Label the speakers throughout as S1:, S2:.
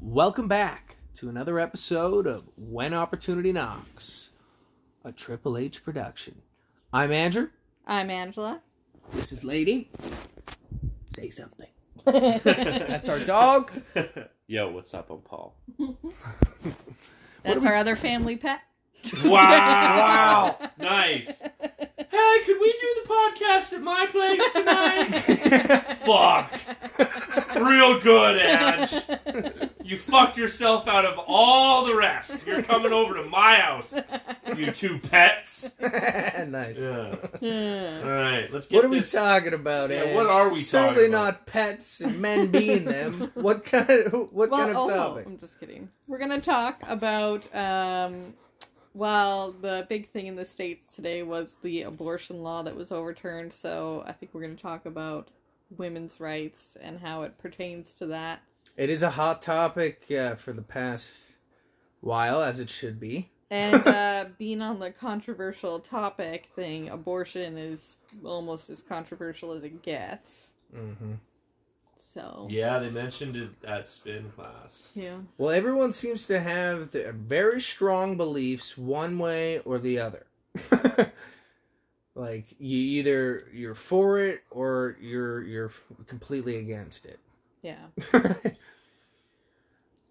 S1: Welcome back to another episode of When Opportunity Knocks, a Triple H production. I'm Andrew.
S2: I'm Angela.
S1: This is Lady. Say something. That's our dog.
S3: Yo, what's up? I'm Paul.
S2: That's our other family pet.
S3: Wow! wow! Nice. Hey, could we do the podcast at my place tonight? Fuck. Real good, Ash. You fucked yourself out of all the rest. You're coming over to my house, you two pets.
S1: nice.
S3: Yeah. All
S2: Yeah.
S3: right, let's get
S1: What are we
S3: this.
S1: talking about?
S3: Yeah,
S1: Ash?
S3: what are we
S1: Certainly
S3: talking about?
S1: not pets and men being them. What kind? Of, what
S2: well,
S1: kind of
S2: oh,
S1: topic?
S2: I'm just kidding. We're gonna talk about um, well, the big thing in the states today was the abortion law that was overturned. So I think we're gonna talk about women's rights and how it pertains to that.
S1: It is a hot topic uh, for the past while, as it should be.
S2: And uh, being on the controversial topic thing, abortion is almost as controversial as it gets.
S1: Mm-hmm.
S2: So
S3: Yeah, they mentioned it at spin class.
S2: yeah.
S1: Well, everyone seems to have the very strong beliefs one way or the other. like you either you're for it or you're you're completely against it.
S2: yeah.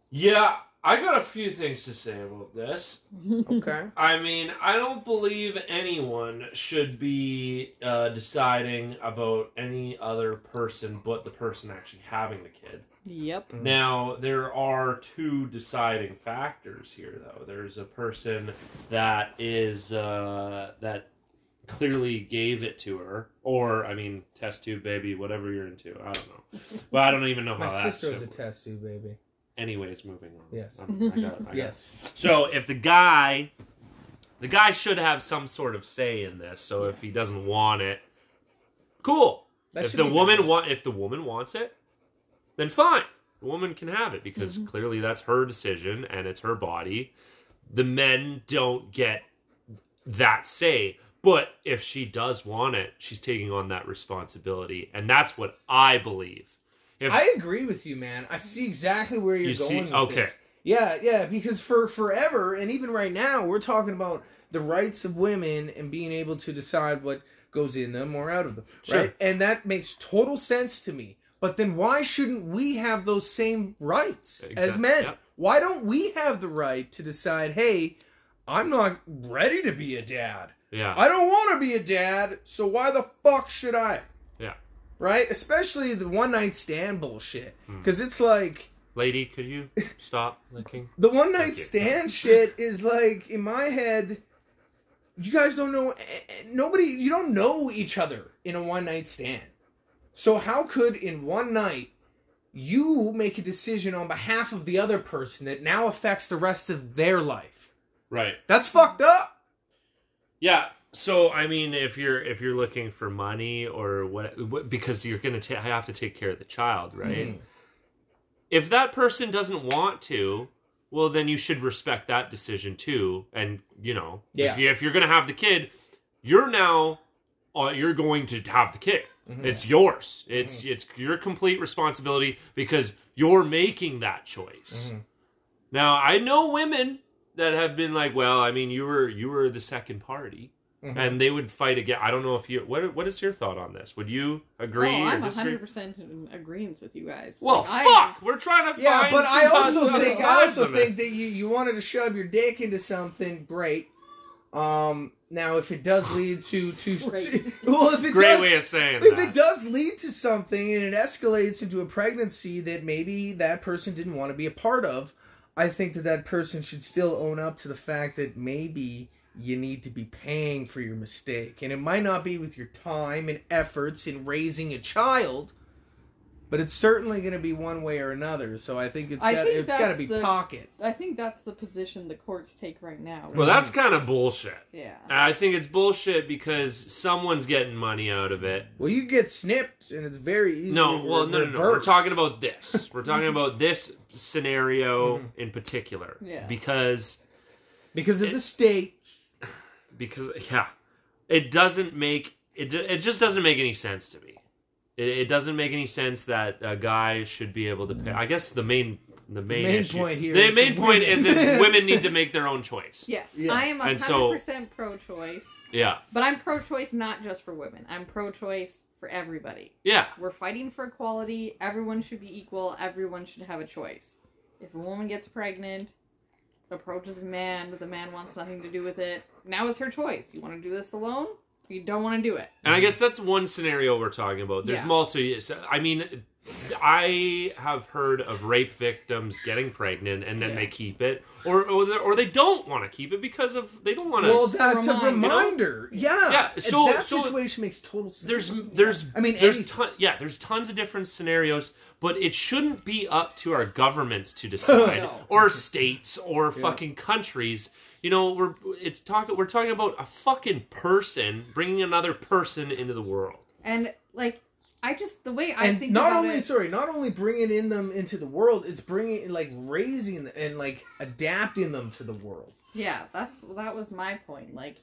S3: Yeah, I got a few things to say about this.
S1: okay.
S3: I mean, I don't believe anyone should be uh, deciding about any other person but the person actually having the kid.
S2: Yep.
S1: Mm.
S3: Now, there are two deciding factors here, though. There's a person that is uh, that clearly gave it to her, or I mean, test tube baby, whatever you're into. I don't know, but I don't even know
S1: My
S3: how that
S1: sister was a
S3: shit works.
S1: test tube baby.
S3: Anyways, moving on.
S1: Yes.
S3: I'm- I got, I got
S1: Yes.
S3: so if the guy, the guy should have some sort of say in this. So if he doesn't want it, cool.
S1: That
S3: if
S1: should
S3: the
S1: be
S3: woman
S1: done.
S3: want, if the woman wants it, then fine. The woman can have it because
S1: Mm-hmm.
S3: clearly that's her decision and it's her body. The men don't get that say. But if she does want it, she's taking on that responsibility, and that's what I believe. If
S1: I agree with you, man. I see exactly where you're
S3: You
S1: going
S3: see-
S1: with
S3: okay.
S1: this. Yeah, yeah, because for forever and even right now we're talking about the rights of women and being able to decide what goes in them or out of them,
S3: Sure.
S1: right? And that makes total sense to me. But then why shouldn't we have those same rights as
S3: Exact-
S1: men?
S3: yep.
S1: Why don't we have the right to decide, "Hey, I'm not ready to be a dad."
S3: yeah,
S1: I don't want to be a dad, so why the fuck should I?
S3: Yeah.
S1: Right? Especially the one night stand bullshit.
S3: Hmm.
S1: Because it's like,
S3: lady, could you stop licking?
S1: the one night
S3: you.
S1: stand shit is like, in my head, you guys don't know, eh, eh, nobody, you don't know each other in a one night stand. So how could in one night you make a decision on behalf of the other person that now affects the rest of their life?
S3: Right.
S1: That's fucked up.
S3: Yeah. So I mean, if you're if you're looking for money or what, what because you're gonna ta- have to take care of the child, right? If that person doesn't want to, well, then you should respect that decision too. And you know,
S1: Yeah.
S3: if, you, if you're gonna have the kid, you're now uh, you're going to have the kid. It's yours. It's it's your complete responsibility because you're making that choice. Now I know women that have been like, well, I mean, you were you were the second party,
S1: Mm-hmm.
S3: and they would fight again. I don't know if you what what is your thought on this? Would you agree
S2: oh,
S3: or
S2: I'm
S3: disagree?
S2: 100% in agreement with you guys.
S3: Well,
S2: Like, I-
S3: fuck, we're trying to
S1: Yeah,
S3: find.
S1: but I
S3: some
S1: also
S3: other
S1: think I
S3: sides
S1: also
S3: of it.
S1: think that you you wanted to shove your dick into something great. Um, now if it does lead to to
S2: Great.
S1: well, if it
S3: great
S1: does,
S3: way of saying
S1: if
S3: that.
S1: it does lead to something and it escalates into a pregnancy that maybe that person didn't want to be a part of, I think that that person should still own up to the fact that maybe you need to be paying for your mistake, and it might not be with your time and efforts in raising a child. But it's certainly going to be one way or another, so I think it's
S2: I
S1: got
S2: think
S1: it's got to
S2: that's
S1: be
S2: the-
S1: pocket.
S2: I think that's the position the courts take right now.
S3: well, that's kind of bullshit.
S2: yeah.
S3: I think it's bullshit because someone's getting money out of it.
S1: Well, you get snipped, and it's very easy.
S3: No, well, no, no, no. We're talking about this. We're talking about this scenario
S1: Mm-hmm.
S3: in particular.
S2: Yeah.
S3: Because
S1: because of the state.
S3: because yeah, it doesn't make it. It just doesn't make any sense to me. It, it doesn't make any sense that a guy should be able to pay. I guess the main the main,
S1: main
S3: issue-
S1: point here
S3: The
S1: is
S3: main
S1: that
S3: point is
S1: women-
S3: is women need to make their own choice.
S2: Yes,
S1: Yes.
S2: I am
S3: And
S2: 100%
S3: so-
S2: pro-choice,
S3: Yeah.
S2: but I'm pro-choice not just for women. I'm pro-choice for everybody.
S3: Yeah.
S2: We're fighting for equality. Everyone should be equal. Everyone should have a choice. If a woman gets pregnant, approaches a man, but the man wants nothing to do with it, now it's her choice. You want to do this alone? You don't want to do it.
S3: And I guess that's one scenario we're talking about. There's
S2: Yeah.
S3: multi. I mean, I have heard of rape victims getting pregnant and then they keep it, or or, they- or they don't want to keep it because of they don't want to.
S1: Well, that's a
S2: remind- you know?
S1: reminder. Yeah.
S3: Yeah, so-
S1: that
S3: so-
S1: situation makes total sense.
S3: there's there's
S1: I mean, any-
S3: there's ton, yeah there's tons of different scenarios, but it shouldn't be up to our governments to decide
S2: No.
S3: or states or fucking countries. You know, we're it's talking we're talking about a fucking person bringing another person into the world.
S2: And like, I just the way I
S1: and
S2: think
S1: not
S2: about
S1: only
S2: it,
S1: sorry, not only bringing in them into the world, it's bringing like raising th- and like adapting them to the world.
S2: Yeah, that's that was my point. Like,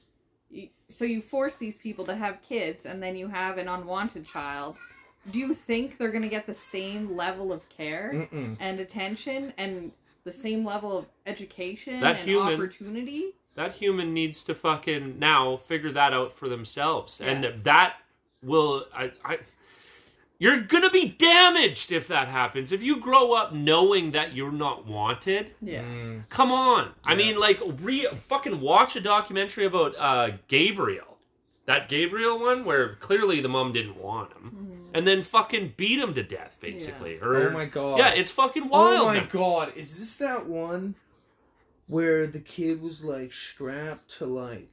S2: y- so you force these people to have kids, and then you have an unwanted child. Do you think they're gonna get the same level of care
S1: Mm-mm.
S2: and attention and the same level of education
S3: That
S2: and
S3: human-
S2: opportunity?
S3: That human needs to fucking now figure that out for themselves, and
S2: Yes.
S3: that, that will. I, I, you're gonna be damaged if that happens. If you grow up knowing that you're not wanted,
S1: Mm.
S2: Yeah,
S1: Oh
S3: come on. I mean, like, re fucking watch a documentary about uh, Gabriel, that Gabriel one where clearly the mom didn't want
S2: Mm-hmm.
S3: him, and then fucking beat him to death, basically. Or,
S1: Oh my god.
S3: Yeah, it's fucking wild.
S1: Oh my
S3: now.
S1: god, is this that one where the kid was like strapped to like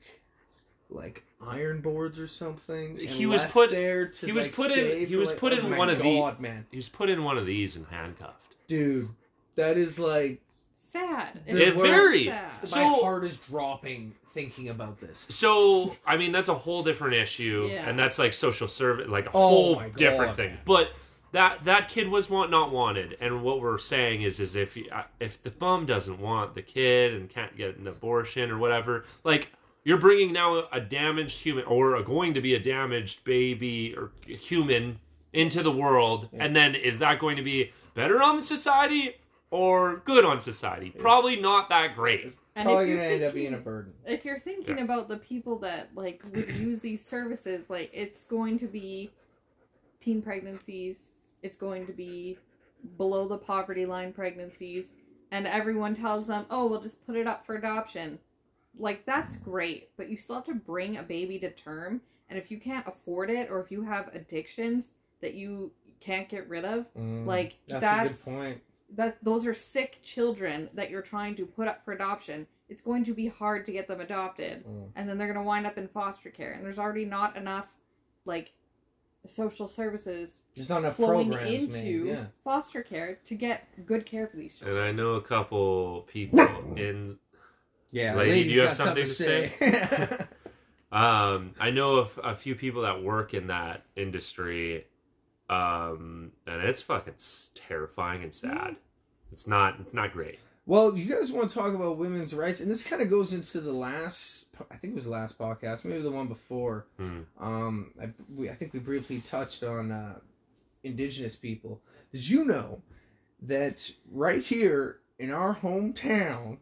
S1: like iron boards or something? and
S3: He was
S1: left
S3: put-
S1: there to
S3: he was
S1: like,
S3: put in-
S1: stay
S3: he
S1: for,
S3: was
S1: like-
S3: put
S1: oh
S3: in
S1: my
S3: one of the-
S1: god, man.
S3: He was put in one of these and handcuffed.
S1: Dude, that is like
S2: sad.
S1: It
S2: It's so
S3: varied.
S2: sad.
S3: So-
S1: my heart is dropping thinking about this.
S3: So, I mean, that's a whole different issue,
S2: Yeah.
S3: and that's like social service, like a
S1: Oh
S3: whole
S1: my God.
S3: different thing. But that that kid was want not wanted, and what we're saying is, is if you- if the mom doesn't want the kid and can't get an abortion or whatever, like you're bringing now a damaged human or a going to be a damaged baby or human into the world, and then is that going to be better on society or good on society? Probably not that great.
S2: And
S1: Probably
S2: if you're
S1: Oh, gonna end up being
S2: thinking-
S1: a burden.
S2: if you're thinking
S3: Yeah.
S2: about the people that like would use these services, like it's going to be teen pregnancies, it's going to be below the poverty line pregnancies, and everyone tells them, "Oh, we'll just put it up for adoption." Like that's great, but you still have to bring a baby to term, and if you can't afford it or if you have addictions that you can't get rid of,
S1: Mm.
S2: like
S1: Mm-hmm. that's, a good point.
S2: that those are sick children that you're trying to put up for adoption. It's going to be hard to get them adopted,
S1: Mm.
S2: and then they're going to wind up in foster care. And there's already not enough, like, social services
S1: There's not enough
S2: flowing
S1: programs
S2: into
S1: made. Yeah.
S2: foster care to get good care for these children.
S3: And I know a couple people in
S1: Yeah.
S3: Lady, do
S1: lady's
S3: you
S1: got
S3: have something to
S1: say?
S3: Um, I know a, f- a few people that work in that industry, um, and it's fucking s- terrifying and
S1: Mm.
S3: sad. It's not. It's not great.
S1: Well, you guys want to talk about women's rights, and this kind of goes into the last, po- I think it was the last podcast, maybe the one before.
S3: Hmm.
S1: Um, I, we, I think we briefly touched on uh, indigenous people. Did you know that right here in our hometown,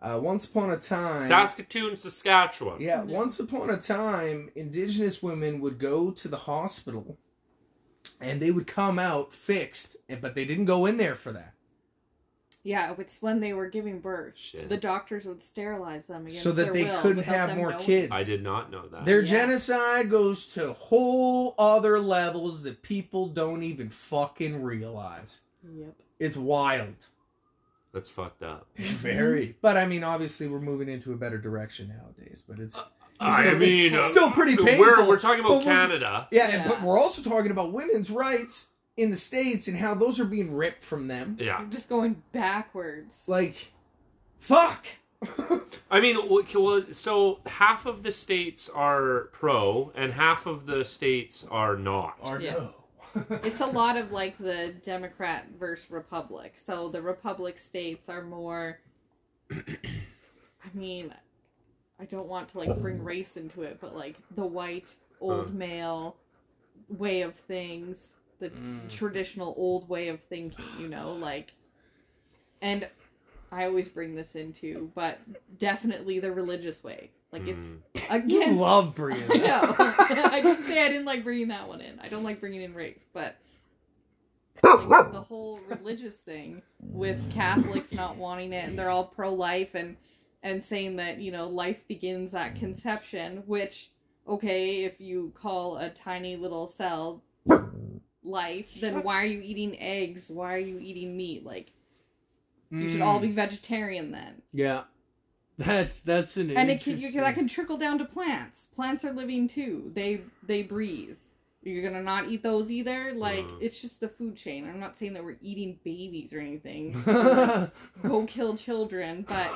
S1: uh, once upon a time,
S3: Saskatoon, Saskatchewan.
S1: yeah,
S2: No.
S1: once upon a time, indigenous women would go to the hospital, and they would come out fixed, and- but they didn't go in there for that.
S2: Yeah, it's when they were giving birth.
S3: Shit.
S2: The doctors would sterilize them against
S1: So that
S2: their
S1: they
S2: will
S1: couldn't
S2: without
S1: have
S2: them
S1: more
S2: knowing.
S1: kids.
S3: I did not know that.
S1: Their
S2: Yeah.
S1: genocide goes to whole other levels that people don't even fucking realize.
S2: Yep.
S1: It's wild.
S3: That's fucked up.
S2: Mm-hmm.
S1: Very. But I mean, obviously, we're moving into a better direction nowadays. But
S2: Uh,
S1: it's,
S3: I
S1: still-
S3: mean,
S1: it's
S3: uh,
S1: still pretty painful.
S3: We're we're talking
S1: but
S3: about
S1: we're-
S3: Canada.
S1: yeah, and- but
S2: Yeah.
S1: we're also talking about women's rights in the states and how those are being ripped from them.
S3: Yeah.
S2: You're just going backwards.
S1: Like, fuck.
S3: I mean, w- c- well, so half of the states are pro, and half of the states are not.
S1: or
S2: Yeah.
S1: no.
S2: it's a lot of like the Democrat versus Republic. So the Republic states are more. I mean, I don't want to like bring race into it, but like the white old male way of things, the
S4: Mm.
S2: traditional old way of thinking, you know, like. And I always bring this into, but definitely the religious way. Like it's
S4: You
S2: against
S4: love bringing
S2: I
S4: it
S2: know.
S4: up.
S2: I didn't say I didn't like bringing that one in. I don't like bringing in race, but like, the whole religious thing with Catholics not wanting it, and they're all pro-life and and saying that you know life begins at conception, which okay, if you call a tiny little cell life, then why are you eating eggs? Why are you eating meat? Like you
S1: Hmm.
S2: should all
S4: Mm.
S2: be vegetarian then.
S1: Yeah, that's that's an
S2: and it can, you,
S1: interesting-
S2: can- that can trickle down to plants. Plants are living too. They they breathe. You're gonna not eat those either. Like
S3: Mm.
S2: it's just the food chain. I'm not saying that we're eating babies or anything. Like, go kill children, but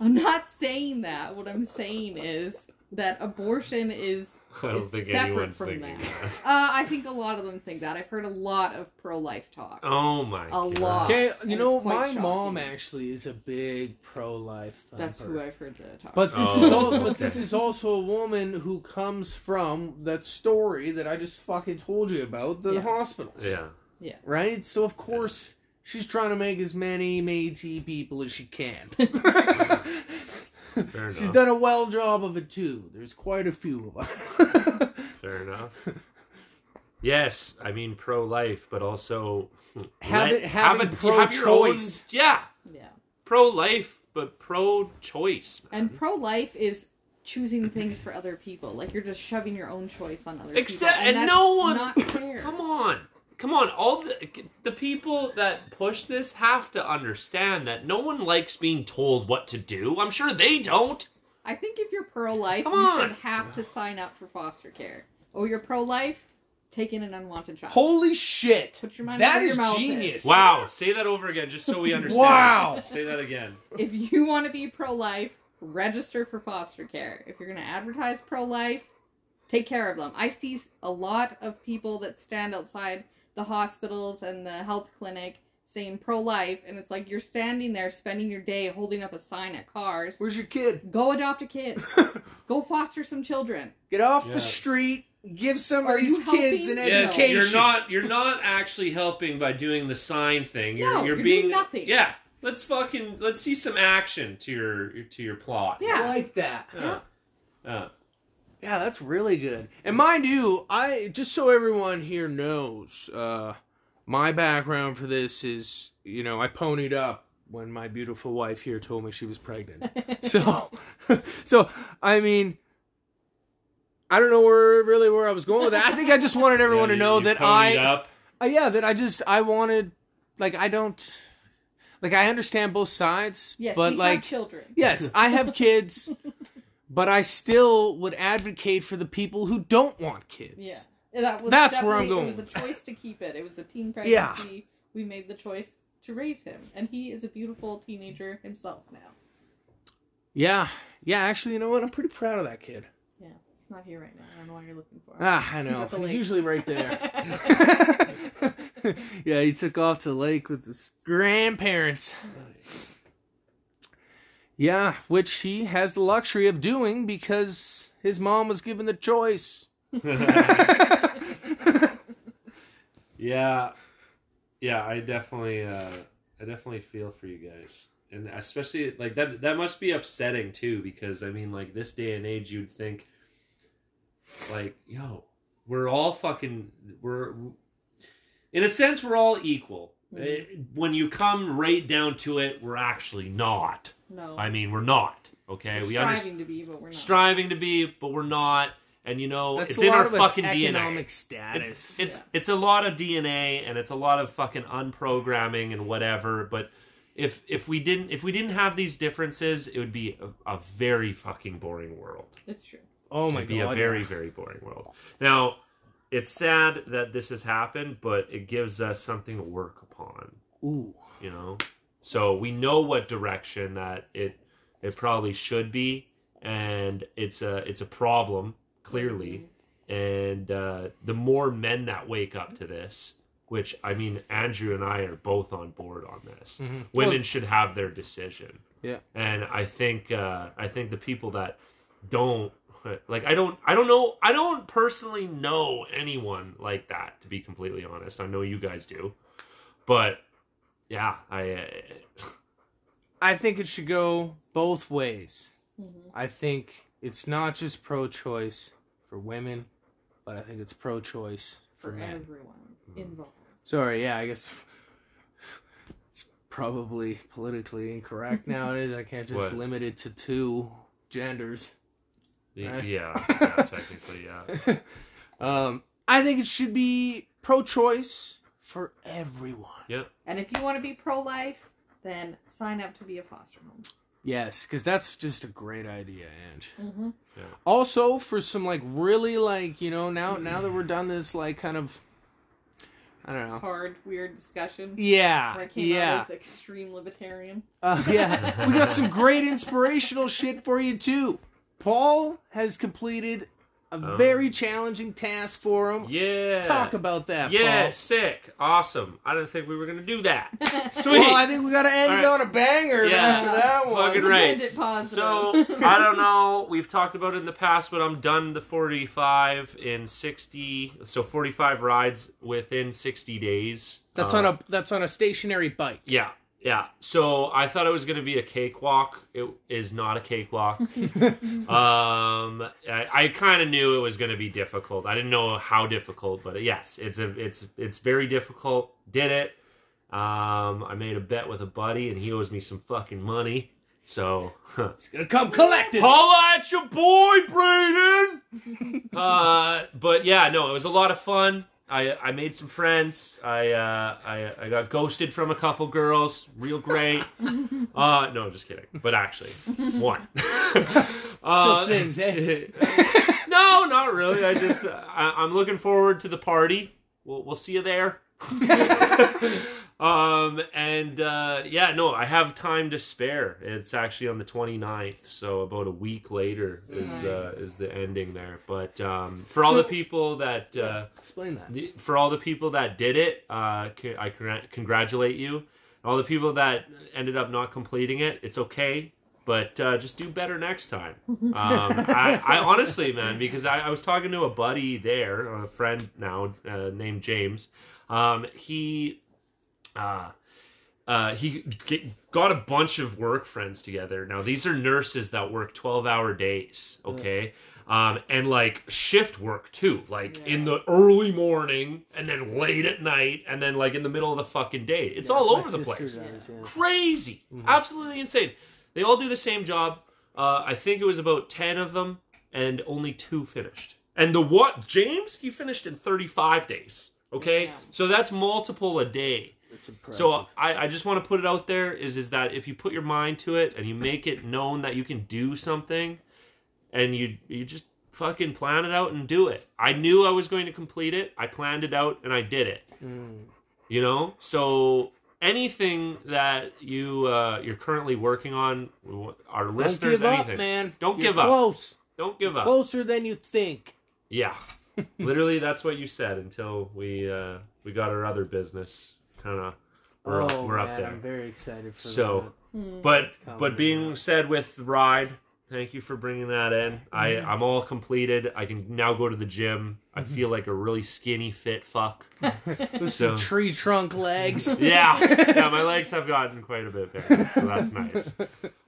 S2: I'm not saying that. What I'm saying is that abortion is.
S3: I don't
S2: It's
S3: think
S2: separate
S3: anyone's
S2: from
S3: thinking
S2: that.
S3: that.
S2: Uh, I think a lot of them think that. I've heard a lot of pro life talk.
S3: Oh my.
S2: A lot.
S1: Okay,
S2: And
S1: you
S2: it's
S1: know,
S2: quite
S1: my
S2: shocking.
S1: mom actually is a big pro-life. Thumper.
S2: That's who I've heard that talk.
S1: But this
S3: Oh,
S1: is all, but
S3: okay.
S1: this is also a woman who comes from that story that I just fucking told you about the
S2: Yeah.
S1: hospitals.
S3: Yeah.
S1: Right. So of course she's trying to make as many Métis people as she can.
S3: Fair enough.
S1: she's done a well job of it too. There's quite a few of us.
S3: Fair enough. Yes, I mean pro-life, but also
S1: Have it- have it
S3: you your own-
S1: pro-choice.
S3: yeah,
S2: yeah.
S3: pro-life, but pro-choice.
S2: And pro life is choosing things for other people. Like you're just shoving your own choice on other
S3: Except-
S2: people.
S3: and no one-
S2: not fair.
S3: Come on, come on! All the the people that push this have to understand that no one likes being told what to do. I'm sure they don't.
S2: I think if you're pro life, you
S3: Come on.
S2: should have to sign up for foster care. Oh, you're pro life? Take in an unwanted child.
S1: Holy shit!
S2: Put your money
S1: That
S2: where your
S1: is
S2: mouth is.
S1: genius.
S3: Wow, say that over again, just so we understand.
S1: Wow.
S3: say that again.
S2: if you want to be pro life, register for foster care. If you're going to advertise pro life, take care of them. I see a lot of people that stand outside the hospitals and the health clinic saying pro life, and it's like you're standing there spending your day holding up a sign at cars.
S1: Where's your kid?
S2: Go adopt a kid. Go foster some children.
S1: Get off
S3: Yeah.
S1: the street. Give some
S2: Are
S1: of these
S2: you
S1: kids an
S2: helping?
S3: Yes,
S1: education.
S3: you're not you're not actually helping by doing the sign thing. You're
S2: No,
S3: you're,
S2: you're
S3: being
S2: doing nothing.
S3: Yeah. Let's fucking let's see some action to your to your plot. Uh,
S2: Yeah.
S1: I like that.
S3: Yeah. Yeah.
S1: Yeah, that's really good. And mind you, I just so everyone here knows, uh, my background for this is you know I ponied up when my beautiful wife here told me she was pregnant. so, so I mean, I don't know where really where I was going with that. I think I just wanted everyone
S3: Yeah,
S1: to
S3: you-
S1: know
S3: you
S1: that
S3: ponied
S1: I
S3: up.
S1: uh, yeah, that I just I wanted like I don't like I understand both sides,
S2: Yes,
S1: but
S2: we
S1: like
S2: have children.
S1: yes, I have kids, but I still would advocate for the people who don't want kids.
S2: Yeah. And That was
S1: That's where I'm
S2: definitely-
S1: going
S2: It was a
S1: with
S2: choice to keep it. It was a teen
S1: Yeah.
S2: pregnancy. We made the choice to raise him. And he is a beautiful teenager himself now.
S1: Yeah. Yeah, actually, you know what? I'm pretty proud of that kid.
S2: Yeah. He's not here right now. I don't know what you're looking for.
S1: Ah, I know.
S2: at the
S1: He's,
S2: lake.
S1: usually right there. yeah, he took off to the lake with his grandparents. Yeah, which he has the luxury of doing because his mom was given the choice.
S3: Yeah. Yeah, I definitely uh I definitely feel for you guys. And especially like that that must be upsetting too because I mean like this day and age you'd think like yo, we're all fucking we're in a sense we're all equal.
S1: Mm-hmm.
S3: Eh, When you come right down to it, we're actually not.
S2: No.
S3: I mean, we're not. Okay? we
S2: striving
S3: understand
S2: to be, but we're not.
S3: striving to be, but we're not. And you know,
S1: That's
S3: it's
S1: a
S3: in
S1: lot
S3: our
S1: of an
S3: fucking DNA
S1: economic status.
S3: it's it's,
S2: Yeah.
S3: it's a lot of DNA and it's a lot of fucking unprogramming and whatever. But if if we didn't if we didn't have these differences, it would be a, a very fucking boring world.
S2: it's true.
S1: oh my
S3: It'd be
S1: god.
S3: a very very boring world. Now, it's sad that this has happened, but it gives us something to work upon.
S1: Ooh.
S3: You know, so we know what direction that it it probably should be, and it's a it's a problem clearly. and uh, the more men that wake up to this, which I mean, Andrew and I are both on board on this. Mm-hmm. Women should have their decision,
S1: Yeah.
S3: and I think uh, I think the people that don't like I don't I don't know I don't personally know anyone like that to be completely honest. I know you guys do, but yeah, I uh,
S1: I think it should go both ways.
S2: Mm-hmm.
S1: I think it's not just pro choice for women, but I think it's pro choice for,
S2: for
S1: men. Mm-hmm.
S2: everyone involved.
S1: Sorry, yeah, I guess it's probably politically incorrect nowadays. I can't just
S3: What?
S1: limit it to two genders.
S3: yeah,
S1: Right.
S3: yeah, technically yeah.
S1: Um, I think it should be pro choice for everyone.
S3: Yep.
S2: And if you want to be pro life, then sign up to be a foster home.
S1: Yes, because that's just a great idea, Ange.
S2: Mhm.
S3: Yeah.
S1: Also, for some like really like you know now now that we're done this like kind of, I don't know.
S2: Hard, weird discussion.
S1: Yeah,
S2: Where I came
S1: yeah,
S2: out as extreme libertarian.
S1: uh, yeah. we got some great inspirational shit for you too. Paul has completed a very challenging task for him.
S3: Oh. Yeah.
S1: Talk about that,
S3: Yeah,
S1: Paul.
S3: sick. Awesome. I didn't think we were gonna do that. Sweet.
S1: Well, I think we got to end it
S3: All
S1: on a banger
S3: Yeah.
S1: after that one.
S3: Fucking
S2: You
S3: right.
S2: end it positive.
S3: So I don't know. We've talked about it in the past, but I'm done the 45 in 60. So 45 rides within 60 days.
S1: That's
S3: Uh,
S1: on a that's on a stationary bike.
S3: Yeah, yeah. So I thought it was going to be a cakewalk. It is not a cakewalk. um, I, I kind of knew it was going to be difficult. I didn't know how difficult, but yes, it's a it's it's very difficult. Did it. Um, I made a bet with a buddy, and he owes me some fucking money. So
S1: It's gonna come collected.
S3: Holla at your boy, Braden. uh, but yeah, no, it was a lot of fun. I I made some friends. I uh, I I got ghosted from a couple girls. Real great. uh, no, just kidding. But actually, one. Uh,
S1: things, eh?
S3: no, not really. I just uh, I, I'm looking forward to the party. We'll we'll see you there. um and uh yeah no i have time to spare it's actually on the 29th so about a week later is uh is the ending there but um for all the
S1: So-
S3: people that uh
S1: Explain that.
S3: the- for all the people that did it, uh, c- I congr- congratulate you. And all the people that ended up not completing it, it's okay. But uh, just do better next time. Um, I, I honestly, man, because I, I was talking to a buddy there, a friend now uh, named James. Um, he uh, uh, he g got a bunch of work friends together. Now these are nurses that work twelve hour days, okay, um, and like shift work too, like in the early morning and then late at night and then like in the middle of the fucking day. It's all
S1: My
S3: over the
S1: sister
S3: place
S1: does, yeah.
S3: crazy, absolutely insane. They all do the same job. Uh, I think it was about ten of them, and only two finished. And the what James he finished in thirty five days. Okay,
S2: Damn.
S3: so that's multiple a day. So I, I just want to put it out there is is that if you put your mind to it and you make it known that you can do something, and you you just fucking plan it out and do it. I knew I was going to complete it. I planned it out and I did it
S1: Mm.
S3: you know so anything that you uh, you're currently working on our
S1: Don't
S3: listeners
S1: give up,
S3: anything
S1: man.
S3: Don't
S1: You're
S3: give up. Uh,
S1: Close,
S3: don't give up
S1: closer than you think.
S3: yeah literally that's what you said until we uh, we got our other business kind of we're, up-
S1: oh
S3: we're
S1: man,
S3: up there
S1: I'm very excited for
S3: so
S1: It's
S3: but
S1: coming,
S3: but being
S1: yeah.
S3: said with ride thank you for bringing that in i
S1: Hmm.
S3: i'm all completed i can now go to the gym i feel like a really skinny fit fuck
S1: that. With
S3: so-
S1: some tree trunk legs.
S3: yeah, yeah, my legs have gotten quite a bit bigger, so that's nice.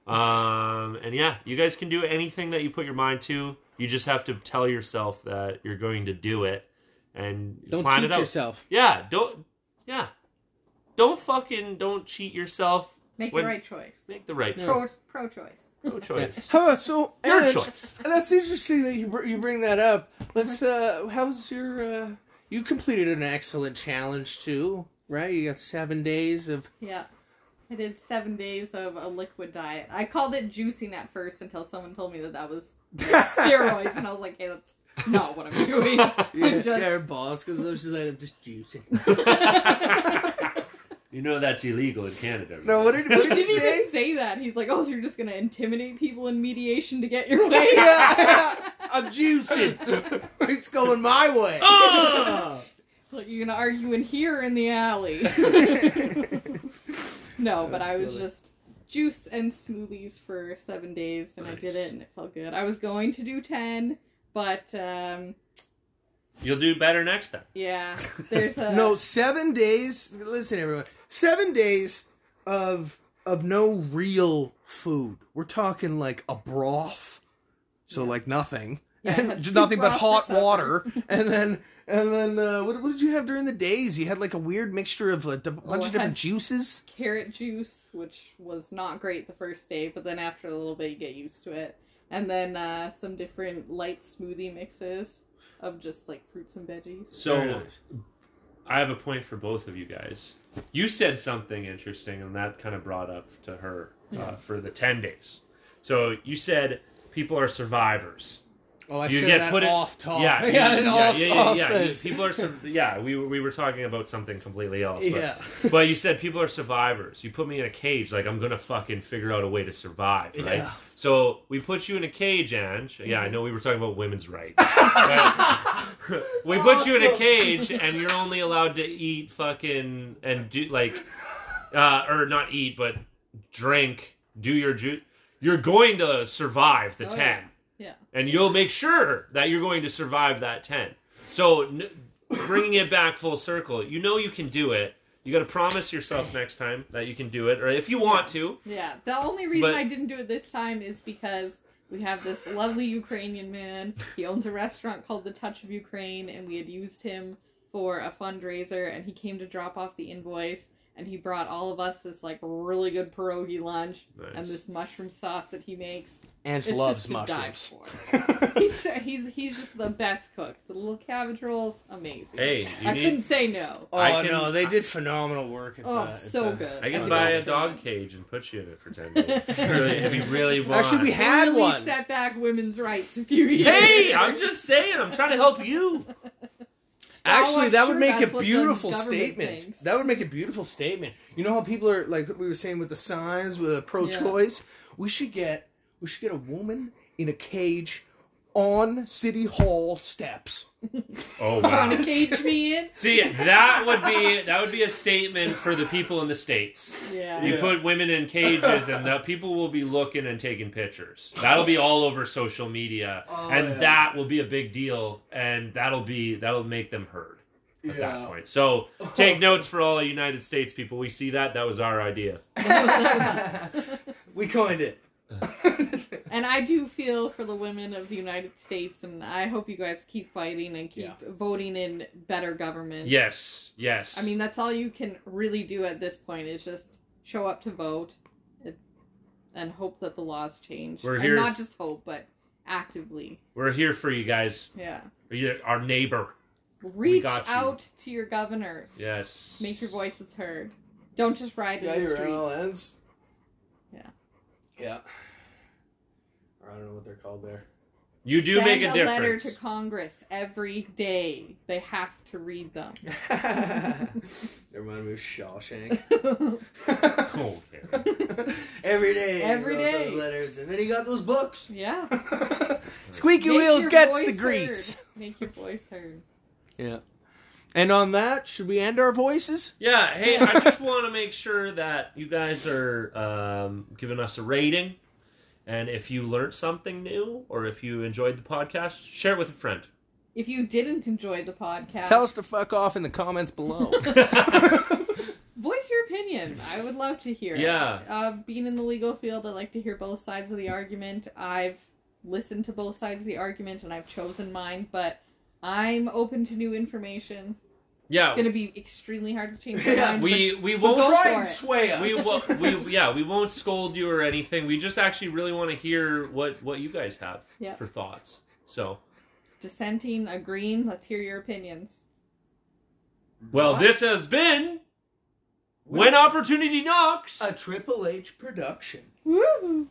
S3: Um, and yeah, you guys can do anything that you put your mind to. You just have to tell yourself that you're going to do it and
S1: Don't
S3: plan it
S1: cheat
S3: out.
S1: yourself.
S3: Yeah, don't. Yeah, don't fucking don't cheat yourself.
S2: Make
S3: When-
S2: the right choice.
S3: Make the right choice.
S2: Pro, pro choice.
S3: No choice.
S1: How about so?
S3: Your
S1: Ange,
S3: choice.
S1: That's interesting that you br- you bring that up. Let's. uh How's your? uh You completed an excellent challenge too, right? You got seven days of.
S2: Yeah. I did seven days of a liquid diet. I called it juicing at first until someone told me that that was steroids, and I was like, hey, that's not what I'm doing. I'm just
S1: Yeah, boss, because I'm just like I'm just juicing.
S3: You know that's illegal in Canada.
S1: No, what did, what did you
S2: didn't
S1: say?
S2: even say that. He's like, oh, so you're just gonna intimidate people in mediation to get your way?
S1: yeah.
S5: I'm juicing.
S1: it's going my way.
S5: Ah!
S2: Like, You're gonna argue in here in the alley. no, but
S1: That's
S2: I was
S1: really-
S2: just juice and smoothies for seven days, and I did
S3: Nice.
S2: it, and it felt good. I was going to do ten, but um,
S3: You'll do better next time.
S2: yeah, there's a
S1: no, seven days. Listen, everyone. Seven days of of no real food. We're talking like a broth, so like nothing,
S2: Yeah, I
S1: And
S2: had
S1: just
S2: soup
S1: nothing but
S2: broth for
S1: hot
S2: supper.
S1: water, and then and then uh, what, what did you have during the days? You had like a weird mixture of a d- bunch
S2: I
S1: of different
S2: had-
S1: juices.
S2: carrot juice, which was not great the first day, but then after a little bit, you get used to it. And then uh, some different light smoothie mixes of just like fruits and veggies.
S3: So
S5: Very nice.
S3: I have a point for both of you guys. You said something interesting, and that kind of brought up to her uh, for the ten days. So you said people are survivors.
S5: Oh, I
S3: you
S5: said that
S3: in-
S5: off top.
S3: Yeah, you-
S5: yeah,
S3: yeah,
S5: off,
S3: yeah, yeah,
S5: off
S3: yeah.
S5: this.
S3: People are. Sur- yeah, we were- we were talking about something completely else. But,
S5: Yeah.
S3: but you said people are survivors. You put me in a cage, like I'm gonna fucking figure out a way to survive, right?
S5: Yeah.
S3: So we put you in a cage, Ange. Yeah, I know we were talking about women's rights. but- we put you in a
S1: Awesome.
S3: cage, and you're only allowed to eat fucking and do like, uh, or not eat, but drink. Do your ju. You're going to survive the
S2: Oh,
S3: ten
S2: yeah. Yeah.
S3: and you'll make sure that you're going to survive that 10 so n- bringing it back full circle you know you can do it you got to promise yourself next time that you can do it or if you want to
S2: Yeah. The only reason
S3: But-
S2: I didn't do it this time is because we have this lovely Ukrainian man. He owns a restaurant called The Touch of Ukraine, and we had used him for a fundraiser, and he came to drop off the invoice. And he brought all of us this like really good pierogi lunch and
S3: Nice.
S2: this mushroom sauce that he makes.
S5: Ange
S2: It's
S5: loves
S2: just to die
S5: mushrooms.
S2: for. he's, so- he's he's just the best cook. The little cabbage rolls, amazing.
S3: hey you
S2: I couldn't
S3: need
S2: say no.
S5: Oh
S3: I can-
S5: no, they did phenomenal work at
S2: Oh,
S5: that. at
S2: so
S5: the-
S2: good.
S3: uh, i can
S2: Everything
S3: buy
S2: was
S3: a dog
S2: perfect.
S3: cage and put you in it for 10 days Really, if you really want
S5: Actually, we
S2: They
S5: had
S2: really
S5: one.
S2: set back women's rights a few years.
S3: hey i'm just saying i'm trying to help you
S5: Actually,
S2: I'm
S5: that
S2: sure
S5: would make
S2: that's
S5: a
S2: what the
S5: beautiful
S2: government
S5: statement.
S2: thinks.
S5: That would make a beautiful statement.
S1: You know how people are like we were saying with the signs with uh, pro-choice. We should get we should get a woman in a cage on city hall steps.
S3: oh
S2: trying
S3: wow
S2: to cage me in.
S3: see that would be that would be a statement for the people in the states
S2: Yeah.
S3: You
S1: Yeah.
S3: put women in cages, and the people will be looking and taking pictures. That'll be all over social media,
S1: Oh,
S3: and
S1: yeah.
S3: that will be a big deal, and that'll be that'll make them heard at
S1: Yeah.
S3: that point. So take notes for all United States people. We see that that was our idea.
S1: we coined it.
S2: And I do feel for the women of the United States, and I hope you guys keep fighting and keep voting in better government.
S3: Yes, yes.
S2: I mean, that's all you can really do at this point is just show up to vote and- and hope that the laws change.
S3: We're
S2: and
S3: here-
S2: not just hope, but actively.
S3: we're here for you guys.
S2: Yeah.
S3: You're Our neighbor.
S2: Reach
S3: got you.
S2: out to your governors.
S3: Yes.
S2: Make your voices heard. Don't just ride in the streets.
S1: LNs.
S2: Yeah.
S1: Yeah. Or I don't know what they're called there.
S3: You do
S2: Send
S3: make a,
S2: letter
S3: difference.
S2: to Congress every day. They have to read them.
S1: they remind me of Shawshank.
S3: Oh, okay.
S1: Every day. he
S2: Every
S1: wrote
S2: day.
S1: those letters, and then he got those books.
S2: yeah.
S5: Squeaky
S2: Make
S5: wheels
S2: your
S5: gets
S2: voice
S5: the grease.
S2: heard. Make your voice heard.
S5: Yeah. And on that, should we end our voices?
S3: Yeah, hey, I just want to make sure that you guys are um, giving us a rating. And if you learned something new or if you enjoyed the podcast, share it with a friend.
S2: If you didn't enjoy the podcast,
S5: Tell us to fuck off in the comments below.
S2: voice your opinion. I would love to hear it.
S3: Yeah.
S2: Uh, being in the legal field, I like to hear both sides of the argument. I've listened to both sides of the argument and I've chosen mine, but I'm open to new information. It's
S3: Yeah,
S2: going to be extremely hard to change my
S1: Yeah,
S2: mind.
S3: we we
S2: Go
S3: won't
S2: for
S1: Try and
S2: it.
S1: sway us.
S3: we, will, we yeah we won't scold you or anything. We just actually really want to hear what what you guys have
S2: Yeah.
S3: for thoughts. So
S2: dissenting, agreeing. Let's hear your opinions.
S3: well,
S1: What?
S3: this has been when opportunity knocks.
S1: a Triple H production.
S2: Woo!